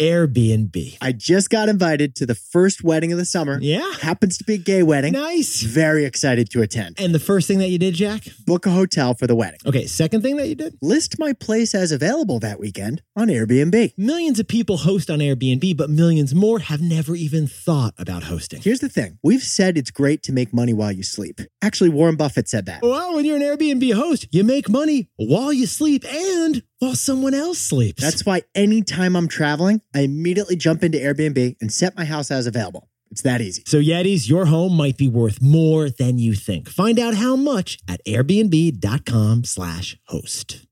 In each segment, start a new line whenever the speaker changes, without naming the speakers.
Airbnb.
I just got invited to the first wedding of the summer.
Yeah.
Happens to be a gay wedding.
Nice.
Very excited to attend.
And the first thing that you did, Jack?
Book a hotel for the wedding.
Okay, second thing that you did?
List my place as available that weekend on Airbnb.
Millions of people host on Airbnb, but millions more have never even thought about hosting.
Here's the thing we've said it's great to make money while you sleep. Actually, Warren Buffett said that.
Well, when you're an Airbnb host, you make money while you sleep and while someone else sleeps.
That's why anytime I'm traveling, I immediately jump into Airbnb and set my house as available. It's that easy.
so Yetis, your home might be worth more than you think. Find out how much at airbnb.com slash host.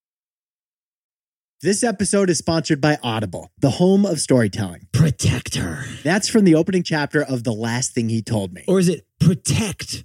This episode is sponsored by Audible, the home of storytelling.
Protect her.
That's from the opening chapter of The Last Thing He Told Me.
Or is it protect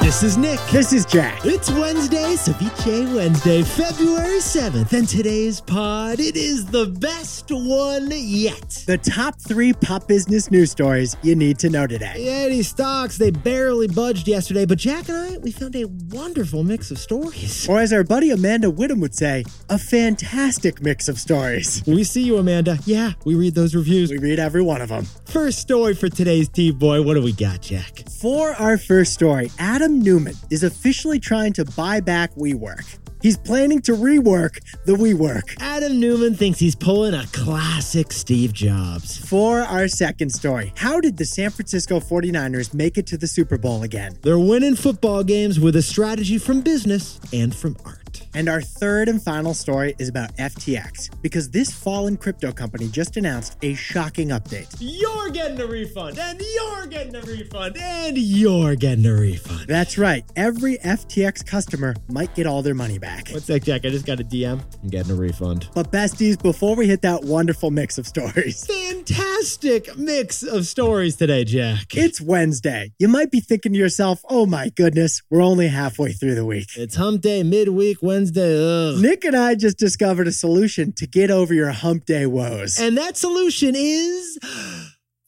This is Nick.
This is Jack.
It's Wednesday, Ceviche Wednesday, February 7th, and today's pod, it is the best one yet.
The top three pop business news stories you need to know today.
Yeti stocks, they barely budged yesterday, but Jack and I, we found a wonderful mix of stories.
Or as our buddy Amanda Whittem would say, a fantastic mix of stories.
We see you, Amanda. Yeah, we read those reviews.
We read every one of them.
First story for today's T-Boy, what do we got, Jack?
For our first story, Adam Newman is officially trying to buy back WeWork. He's planning to rework the WeWork.
Adam Newman thinks he's pulling a classic Steve Jobs.
For our second story, how did the San Francisco 49ers make it to the Super Bowl again?
They're winning football games with a strategy from business and from art.
And our third and final story is about FTX, because this fallen crypto company just announced a shocking update.
You're getting a refund, and you're getting a refund, and you're getting a refund.
That's right, every FTX customer might get all their money back.
What's that, Jack? I just got a DM. I'm getting a refund.
But, besties, before we hit that wonderful mix of stories,
Fantastic mix of stories today, Jack.
It's Wednesday. You might be thinking to yourself, oh my goodness, we're only halfway through the week.
It's hump day, midweek, Wednesday. Ugh.
Nick and I just discovered a solution to get over your hump day woes.
And that solution is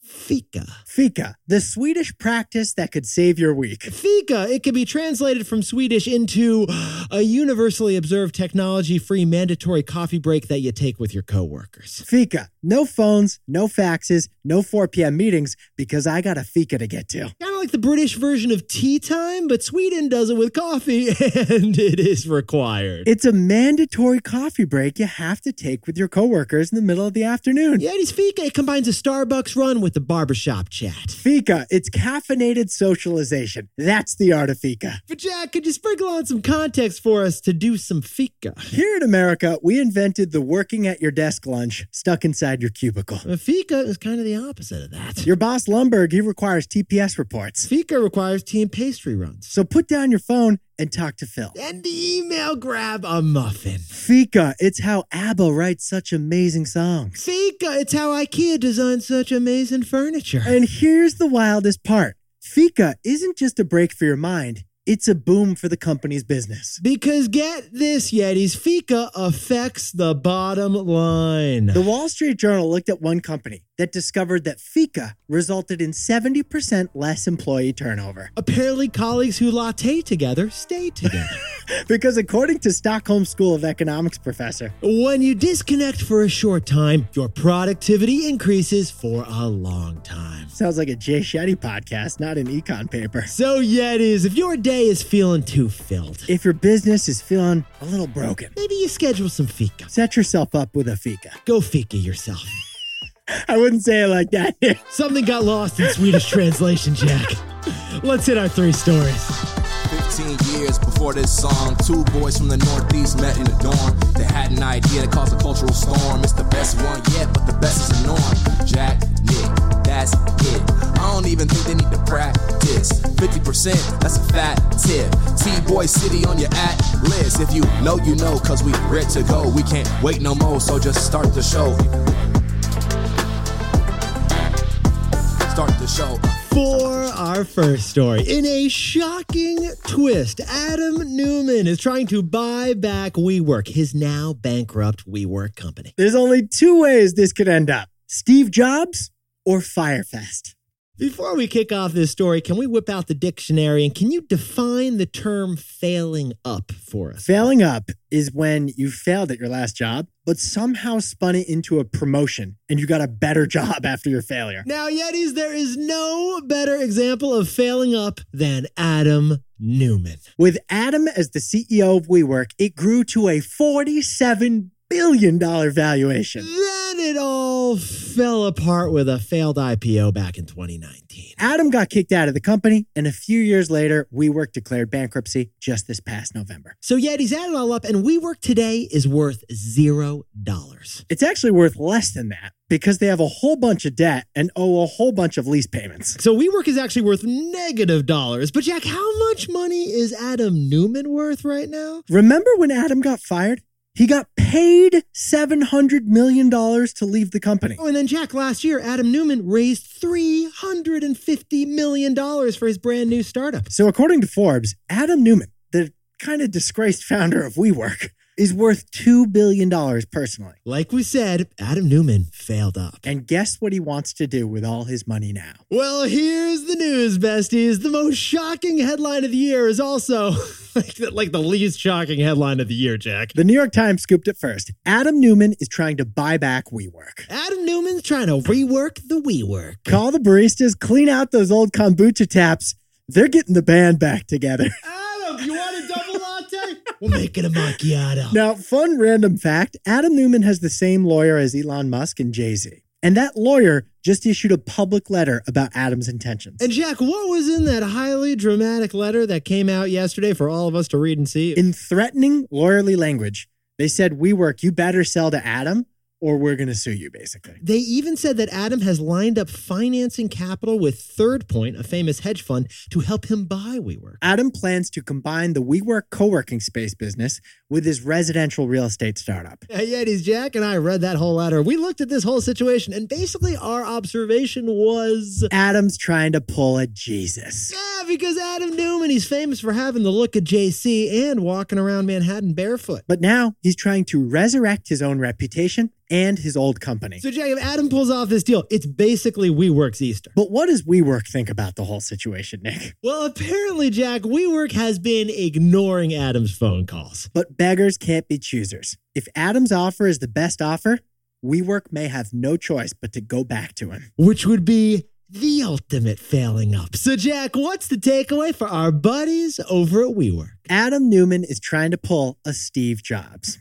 Fika.
Fika, the Swedish practice that could save your week.
Fika, it can be translated from Swedish into a universally observed technology free mandatory coffee break that you take with your coworkers.
Fika, no phones, no faxes, no 4 p.m. meetings because I got a Fika to get to.
Kind of like the British version of tea time, but Sweden does it with coffee and it is required.
It's a mandatory coffee break you have to take with your coworkers in the middle of the afternoon.
Yeah, it's Fika. It combines a Starbucks run with the barbershop chat.
Fika, it's caffeinated socialization. That's the art of Fika.
But Jack, could you sprinkle on some context for us to do some Fika?
Here in America, we invented the working at your desk lunch stuck inside your cubicle.
Uh, Fika is kind of the opposite of that.
Your boss, Lumberg, he requires TPS reports.
Fika requires tea and pastry runs
So put down your phone and talk to Phil.
and email grab a muffin.
Fika, it's how ABBA writes such amazing songs.
Fika, it's how IKEA designed such amazing furniture.
And here's the wildest part Fika isn't just a break for your mind, it's a boom for the company's business.
because get this, Yetis, Fika affects the bottom line.
The Wall Street Journal looked at one company that discovered that Fika resulted in 70% less employee turnover.
Apparently, colleagues who latte together stay together.
because according to Stockholm School of Economics professor,
When you disconnect for a short time, your productivity increases for a long time.
sounds like a Jay Shetty podcast, not an econ paper.
So, Yetis, if your day is feeling too filled,
If your business is feeling a little broken,
maybe you schedule some fika.
set yourself up with a fika.
Go fika yourself.
I wouldn't say it like that.
Something got lost in Swedish translation, Jack. Let's hit our three stories.
15 years before this song, two boys from the Northeast met in the dorm. They had an idea that caused a cultural storm. It's the best one yet, but the best is the norm. Jack, Nick, that's it. I don't even think they need to practice. 50%, that's a fat tip. T-Boy City on your at list. If you know, you know, cause we ready to go. We can't wait no more, so just start the show. Start the show.
For our first story, in a shocking twist, Adam Newman is trying to buy back WeWork, his now bankrupt WeWork company.
There's only two ways this could end up Steve Jobs or Firefest.
Before we kick off this story, can we whip out the dictionary and can you define the term failing up for us?
Failing up is when you failed at your last job, but somehow spun it into a promotion and you got a better job after your failure.
Now, Yetis, there is no better example of failing up than Adam Newman.
With Adam as the CEO of WeWork, it grew to a $47 billion valuation.
Then it all fell apart with a failed IPO back in 2019.
Adam got kicked out of the company, and a few years later, WeWork declared bankruptcy just this past November.
So Yeti's add it all up, and WeWork today is worth zero dollars.
It's actually worth less than that because they have a whole bunch of debt and owe a whole bunch of lease payments.
So WeWork is actually worth negative dollars. But Jack, how much money is Adam Newman worth right now?
Remember when Adam got fired? He got paid $700 million to leave the company.
Oh, and then Jack, last year Adam Newman raised three hundred and fifty million dollars for his brand new startup.
So, according to Forbes, Adam Newman, the kind of disgraced founder of WeWork, is worth $2 billion personally.
Like we said, Adam Newman failed up.
And guess what he wants to do with all his money now?
Well, here's the news, besties. The most shocking headline of the year is also like the, like the least shocking headline of the year, Jack.
The New York Times scooped it first. Adam Newman is trying to buy back WeWork.
Adam Newman's trying to rework the WeWork.
Call the baristas, clean out those old kombucha taps. They're getting the band back together.
Adam, you want a double latte? We'll make it a macchiato.
Now, fun random fact Adam Newman has the same lawyer as Elon Musk and Jay Z. And that lawyer just issued a public letter about Adam's intentions.
And Jack, what was in that highly dramatic letter that came out yesterday for all of us to read and see?
In threatening, lawyerly language, they said, WeWork, you better sell to Adam or we're going to sue you, basically.
they even said that Adam has lined up financing capital with Third Point, a famous hedge fund, to help him buy WeWork.
Adam plans to combine the WeWork co working space business with his residential real estate startup.
Hey, Yetis, Jack and I read that whole letter. We looked at this whole situation, and basically our observation was
Adam's trying to pull a Jesus.
yeah, because Adam Newman, he's famous for having the look of JC and walking around Manhattan barefoot.
But now he's trying to resurrect his own reputation and his old company.
So, Jack, if Adam pulls off this deal, it's basically WeWork's Easter.
But what does WeWork think about the whole situation, Nick?
Well, apparently, Jack, WeWork has been ignoring Adam's phone calls.
But beggars can't be choosers. If Adam's offer is the best offer, WeWork may have no choice but to go back to him.
which would be the ultimate failing up. So, Jack, what's the takeaway for our buddies over at WeWork?
Adam Newman is trying to pull a Steve Jobs.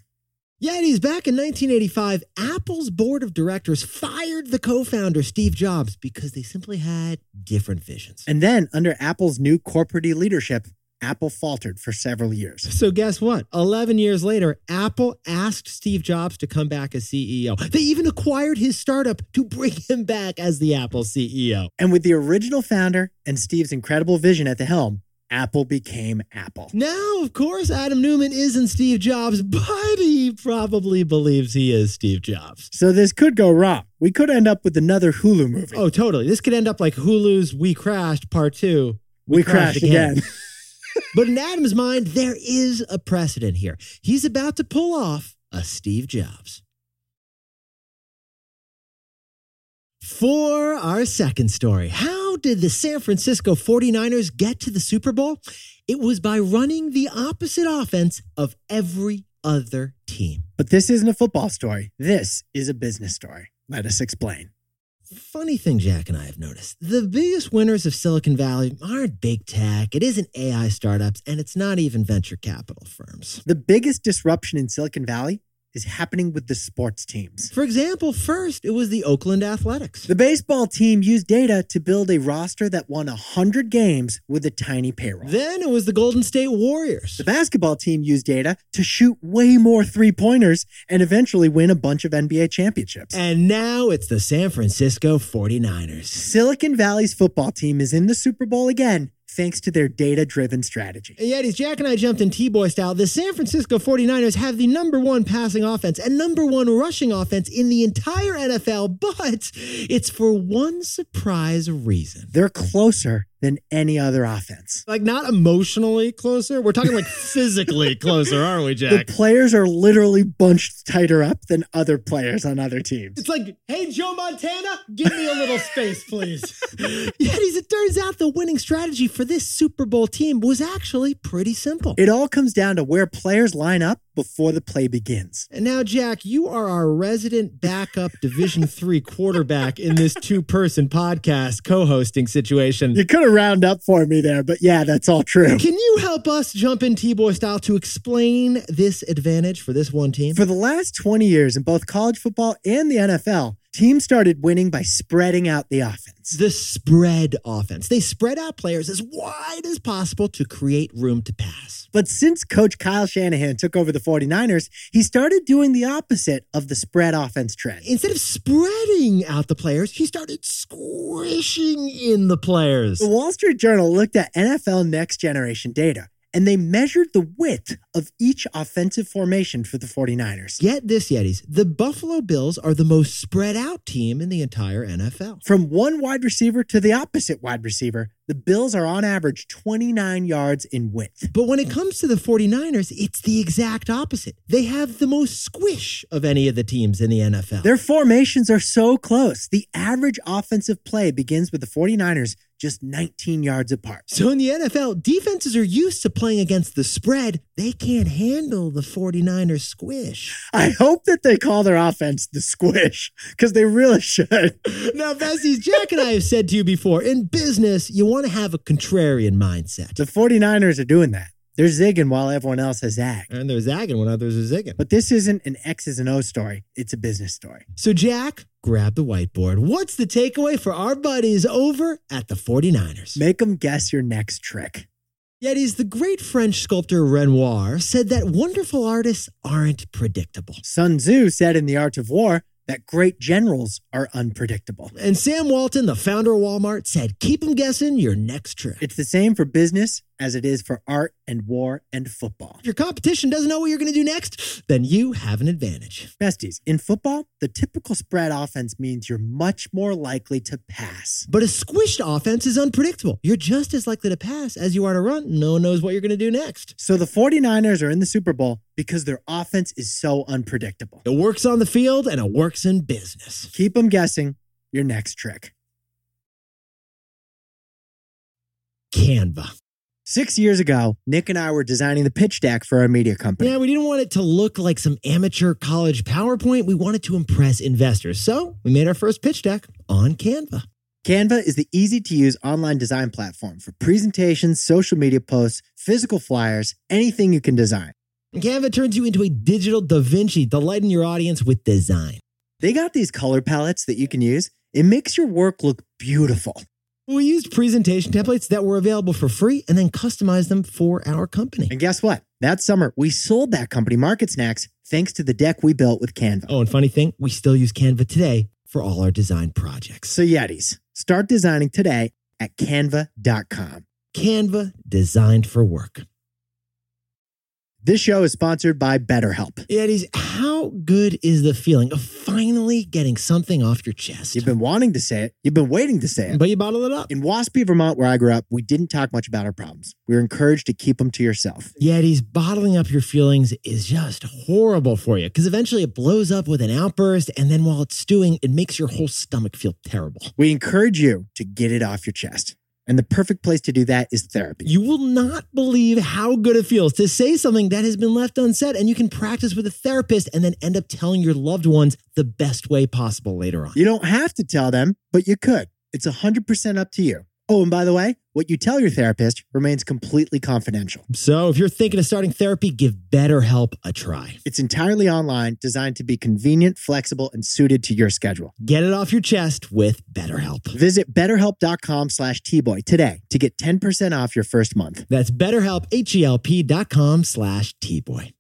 Yetis, back in 1985, Apple's board of directors fired the co founder, Steve Jobs, because they simply had different visions.
And then, under Apple's new corporate leadership, Apple faltered for several years.
So, guess what? 11 years later, Apple asked Steve Jobs to come back as CEO. They even acquired his startup to bring him back as the Apple E CEO.
And with the original founder and Steve's incredible vision at the helm, Apple became Apple.
Now, of course, Adam Newman isn't Steve Jobs, but he probably believes he is Steve Jobs.
So this could go wrong. We could end up with another Hulu movie.
Oh, totally. This could end up like Hulu's We Crashed Part 2.
we, crashed, again.
but in Adam's mind, there is a precedent here. He's about to pull off a Steve Jobs. For our second story, how did the San Francisco 49ers get to the Super Bowl? It was by running the opposite offense of every other team.
But this isn't a football story. This is a business story. Let us explain.
Funny thing Jack and I have noticed the biggest winners of Silicon Valley aren't big tech, it isn't AI startups, and it's not even venture capital firms.
The biggest disruption in Silicon Valley is happening with the sports teams.
For example, first it was the Oakland Athletics.
The baseball team used data to build a roster that won 100 games with a tiny payroll.
Then it was the Golden State Warriors.
The basketball team used data to shoot way more three pointers and eventually win a bunch of NBA championships.
And now it's the San Francisco 49ers.
Silicon Valley's football team is in the Super Bowl again thanks to their data driven strategy.
And yet, as Jack and I jumped in T Boy style, the San Francisco 49ers have the number one passing offense and number one rushing offense in the entire NFL, but it's for one surprise reason.
They're closer than any other offense.
Like, not emotionally closer. We're talking like physically closer, aren't we,
The
Jack?
players are literally bunched tighter up than other players on other teams.
It's like, hey, Joe Montana, give me a little space, please. Yet, as it turns out, the winning strategy for this Super Bowl team was actually pretty simple.
It all comes down to where players line up before the play begins.
And now, Jack, you are our resident backup Division Three quarterback in this two-person podcast co-hosting situation.
You could have round up for me there, but yeah, that's all true.
Can you help us jump in T-boy style to explain this advantage for this one team?
For the last 20 years in both college football and the NFL, teams started winning by spreading out the offense.
The spread offense. They spread out players as wide as possible to create room to pass.
But since coach Kyle Shanahan took over the 49ers, he started doing the opposite of the spread offense trend.
Instead of spreading out the players, he started squishing in the players.
The Wall Street Journal looked at NFL next generation data and they measured the width of each offensive formation for the 49ers.
Get this, Yetis. The Buffalo Bills are the most spread out team in the entire NFL.
From one wide receiver to the opposite wide receiver, the Bills are on average 29 yards in width.
But when it comes to the 49ers, it's the exact opposite. They have the most squish of any of the teams in the NFL.
Their formations are so close. The average offensive play begins with the 49ers just 19 yards apart.
so in the NFL, defenses are used to playing against the spread. They can't handle the 49ers squish.
I hope that they call their offense the squish because they really should.
Now, Besties, Jack and I have said to you before, in business, you want to have a contrarian mindset.
The 49ers are doing that. They're zigging while everyone else has zagged.
And they're zagging when others are zigging.
But this isn't an X's and O's story, it's a business story.
So, Jack, grab the whiteboard. What's the takeaway for our buddies over at the 49ers?
Make them guess your next trick.
Yetis, the great French sculptor Renoir said that wonderful artists aren't predictable.
Sun Tzu said in The Art of War that great generals are unpredictable.
And Sam Walton, the founder of Walmart, said, keep them guessing your next trick.
It's the same for business as it is for art and war and football.
If your competition doesn't know what you're going to do next, then you have an advantage.
Besties, in football, the typical spread offense means you're much more likely to pass.
But a squished offense is unpredictable. You're just as likely to pass as you are to run. No one knows what you're going to do next.
So the 49ers are in the Super Bowl because their offense is so unpredictable.
It works on the field and it works in business.
Keep them guessing your next trick.
Canva.
Six years ago, Nick and I were designing the pitch deck for our media company.
Yeah, we didn't want it to look like some amateur college PowerPoint. We wanted to impress investors. So we made our first pitch deck on Canva.
Canva is the easy to use online design platform for presentations, social media posts, physical flyers, anything you can design.
And Canva turns you into a digital Da Vinci, delighting your audience with design.
They got these color palettes that you can use. It makes your work look beautiful.
We used presentation templates that were available for free and then customized them for our company.
And guess what? That summer, we sold that company, Market Snacks, thanks to the deck we built with Canva.
Oh, and funny thing, we still use Canva today for all our design projects.
So, Yetis, start designing today at canva.com.
Canva designed for work.
This show is sponsored by BetterHelp.
Yetis, how good is the feeling of finally getting something off your chest?
You've been wanting to say it, you've been waiting to say it.
But you bottle it up.
In Waspy, Vermont, where I grew up, we didn't talk much about our problems. We were encouraged to keep them to yourself.
Yetis, bottling up your feelings is just horrible for you because eventually it blows up with an outburst. And then while it's stewing, it makes your whole stomach feel terrible.
We encourage you to get it off your chest. And the perfect place to do that is therapy.
You will not believe how good it feels to say something that has been left unsaid, and you can practice with a therapist and then end up telling your loved ones the best way possible later on.
You don't have to tell them, but you could. It's 100% up to you. Oh, and by the way, what you tell your therapist remains completely confidential.
So if you're thinking of starting therapy, give BetterHelp a try.
It's entirely online, designed to be convenient, flexible, and suited to your schedule.
Get it off your chest with BetterHelp.
Visit betterhelp.com slash tboy today to get 10% off your first month.
That's BetterHelp, H-E-L-P dot com slash T-Boy.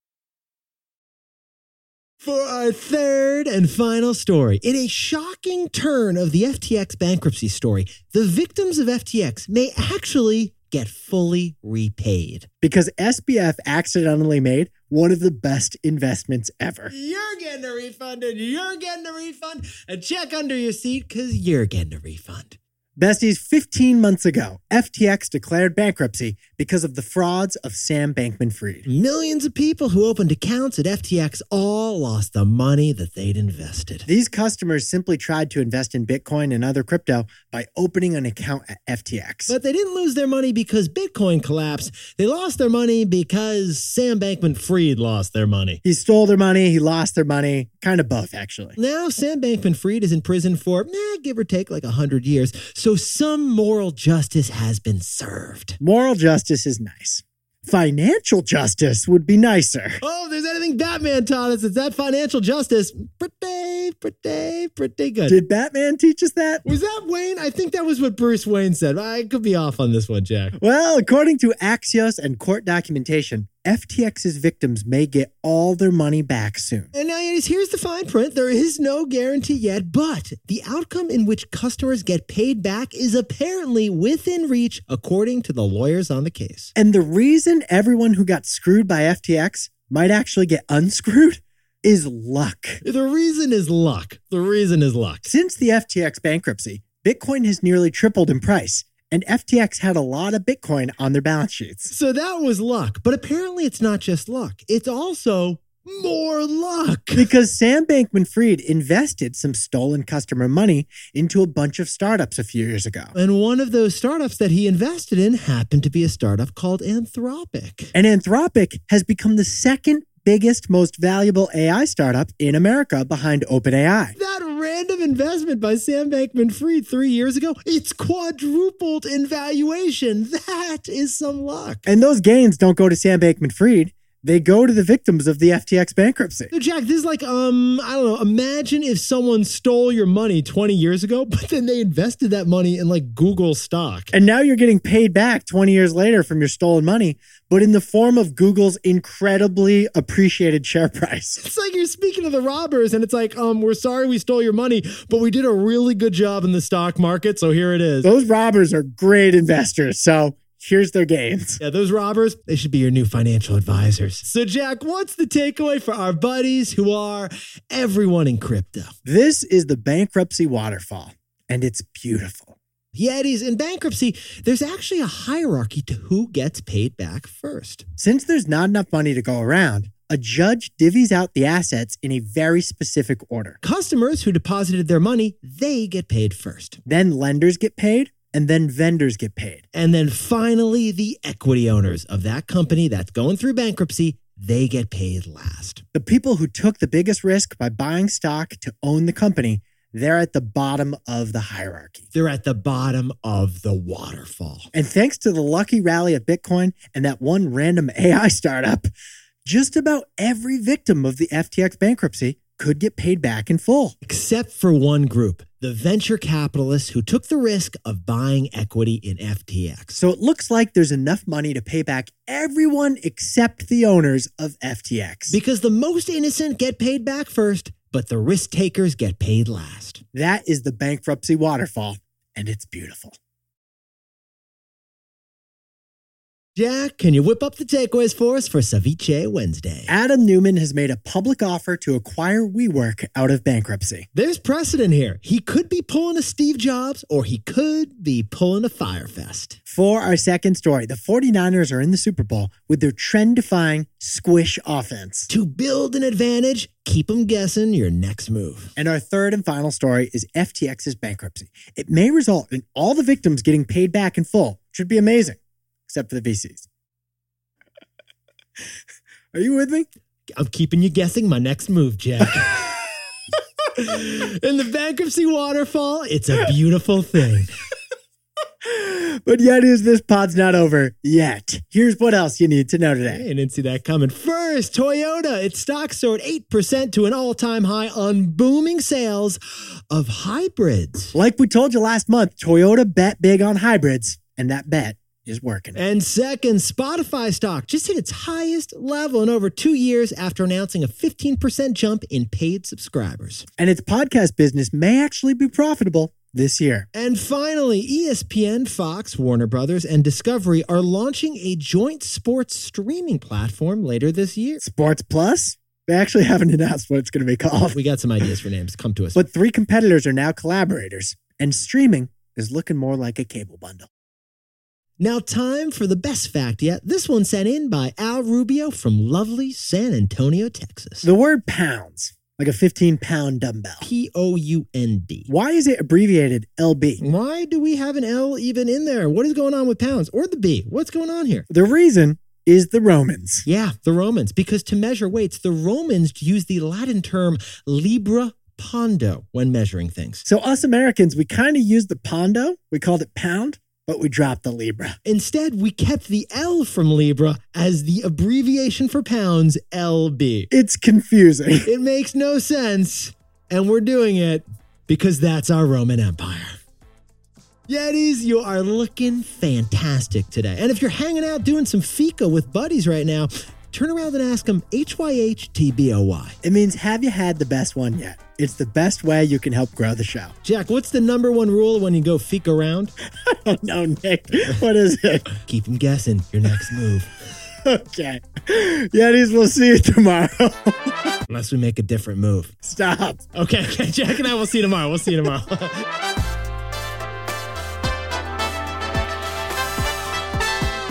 For our third and final story, in a shocking turn of the FTX bankruptcy story, the victims of FTX may actually get fully repaid.
Because SBF accidentally made one of the best investments ever.
You're getting a refund, and you're getting a refund. A check under your seat because you're getting a refund.
Besties, 15 months ago, FTX declared bankruptcy because of the frauds of Sam Bankman Fried.
Millions of people who opened accounts at FTX all lost the money that they'd invested.
These customers simply tried to invest in Bitcoin and other crypto by opening an account at FTX.
But they didn't lose their money because Bitcoin collapsed. They lost their money because Sam Bankman Fried lost their money.
he stole their money, he lost their money, kind of both, actually.
Now, Sam Bankman Fried is in prison for, eh, give or take, like 100 years. So some moral justice has been served.
Moral justice is nice. Financial justice would be nicer.
Oh, if there's anything Batman taught us, it's that financial justice. Pretty, pretty, pretty good.
Did Batman teach us that?
was that Wayne? I think that was what Bruce Wayne said. I could be off on this one, Jack.
Well, according to Axios and court documentation, FTX's victims may get all their money back soon.
And now here's here's the fine print. There is no guarantee yet, but the outcome in which customers get paid back is apparently within reach, according to the lawyers on the case.
And the reason everyone who got screwed by FTX might actually get unscrewed is luck.
The reason is luck. The reason is luck.
Since the FTX bankruptcy, Bitcoin has nearly tripled in price, and FTX had a lot of Bitcoin on their balance sheets.
So that was luck, but apparently it's not just luck. It's also more luck.
Because Sam Bankman Fried invested some stolen customer money into a bunch of startups a few years ago.
And one of those startups that he invested in happened to be a startup called Anthropic.
And Anthropic has become the second biggest, most valuable AI startup in America behind OpenAI.
That random investment by Sam Bankman Fried three years ago, it's quadrupled in valuation. That is some luck.
And those gains don't go to Sam Bankman Fried, they go to the victims of the FTX bankruptcy.
So Jack, this is like, um, I don't know. Imagine if someone stole your money 20 years ago, but then they invested that money in like Google stock.
And now you're getting paid back 20 years later from your stolen money, but in the form of Google's incredibly appreciated share price.
It's like you're speaking to the robbers, and it's like, um, we're sorry we stole your money, but we did a really good job in the stock market, so here it is.
Those robbers are great investors, so here's their gains.
Yeah, those robbers, they should be your new financial advisors. So, Jack, what's the takeaway for our buddies who are everyone in crypto?
This is the bankruptcy waterfall, and it's beautiful.
Yetis in bankruptcy, there's actually a hierarchy to who gets paid back first.
Since there's not enough money to go around, a judge divvies out the assets in a very specific order.
Customers who deposited their money, they get paid first.
Then lenders get paid, and then vendors get paid.
And then finally, the equity owners of that company that's going through bankruptcy, they get paid last.
The people who took the biggest risk by buying stock to own the company, they're at the bottom of the hierarchy.
They're at the bottom of the waterfall.
And thanks to the lucky rally of Bitcoin and that one random AI startup, just about every victim of the FTX bankruptcy could get paid back in full.
except for one group the venture capitalists who took the risk of buying equity in FTX.
So it looks like there's enough money to pay back everyone except the owners of FTX.
Because the most innocent get paid back first, but the risk takers get paid last.
That is the bankruptcy waterfall, and it's beautiful.
Jack, can you whip up the takeaways for us for Ceviche Wednesday?
Adam Newman has made a public offer to acquire WeWork out of bankruptcy.
There's precedent here. He could be pulling a Steve Jobs or he could be pulling a Firefest.
For our second story, the 49ers are in the Super Bowl with their trend defying squish offense.
To build an advantage, keep them guessing your next move.
And our third and final story is FTX's bankruptcy. It may result in all the victims getting paid back in full, which would be amazing, except for the VCs. Are you with me?
I'm keeping you guessing my next move, Jack. In the bankruptcy waterfall, it's a beautiful thing.
But yet is this pod's not over yet. Here's what else you need to know today.
I didn't see that coming. First, Toyota. Its stock soared 8% to an all time high on booming sales of hybrids.
Like we told you last month, Toyota bet big on hybrids, and that bet is working.
And second, Spotify stock just hit its highest level in over two years after announcing a 15% jump in paid subscribers.
And its podcast business may actually be profitable this year.
And finally, E ESPN, Fox, Warner Brothers, and Discovery are launching a joint sports streaming platform later this year.
Sports Plus? They actually haven't announced what it's going to be called.
Oh, We got some ideas for names. Come to us.
But three competitors are now collaborators, and streaming is looking more like a cable bundle.
Now, time for the best fact yet. This one sent in by Al Rubio from lovely San Antonio, Texas.
The word pounds, like a 15 pound dumbbell,
P O U N D.
why is it abbreviated LB?
Why do we have an L even in there? What is going on with pounds or the B? What's going on here?
The reason is the Romans.
Yeah, the Romans, because to measure weights, the Romans used the Latin term libra pondo when measuring things.
So, us Americans, we kind of used the pondo, we called it pound, but we dropped the libra.
Instead, we kept the L from libra as the abbreviation for pounds, LB.
It's confusing.
It makes no sense, and we're doing it because that's our Roman Empire. Yetis, you are looking fantastic today. And if you're hanging out doing some fika with buddies right now, turn around and ask them HYHTBOY.
It means, have you had the best one yet? It's the best way you can help grow the show.
Jack, what's the number one rule when you go fika around?
Oh, no, Nick. What is it?
Keep them guessing your next move,
Okay. Yetis, we'll see you tomorrow.
unless we make a different move.
Stop.
Okay, okay, Jack and I will see you tomorrow. We'll see you tomorrow.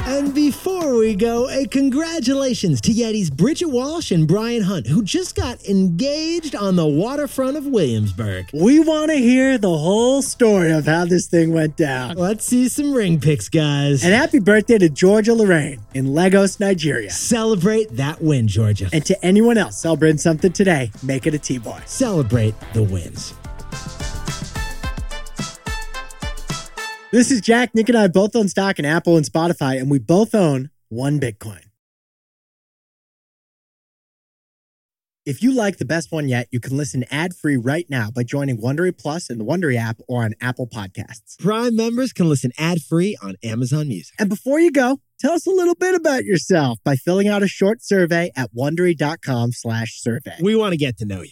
and before we go, a congratulations to Yeti's Bridget Walsh and Brian Hunt, who just got engaged on the waterfront of Williamsburg.
We want to hear the whole story of how this thing went down.
Let's see some ring pics, guys.
And happy birthday to Georgia Lorraine in Lagos, Nigeria.
Celebrate that win, Georgia.
And to anyone else celebrating something today, make it a T-Boy.
Celebrate the wins.
This is Jack. Nick and I both own stock in Apple and Spotify, and we both own one Bitcoin. If you like the best one yet, you can listen ad free right now by joining Wondery Plus in the Wondery app or on Apple Podcasts.
Prime members can listen ad free on Amazon Music.
And before you go, tell us a little bit about yourself by filling out a short survey at wondery.com/survey.
We want to get to know you.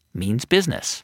means business.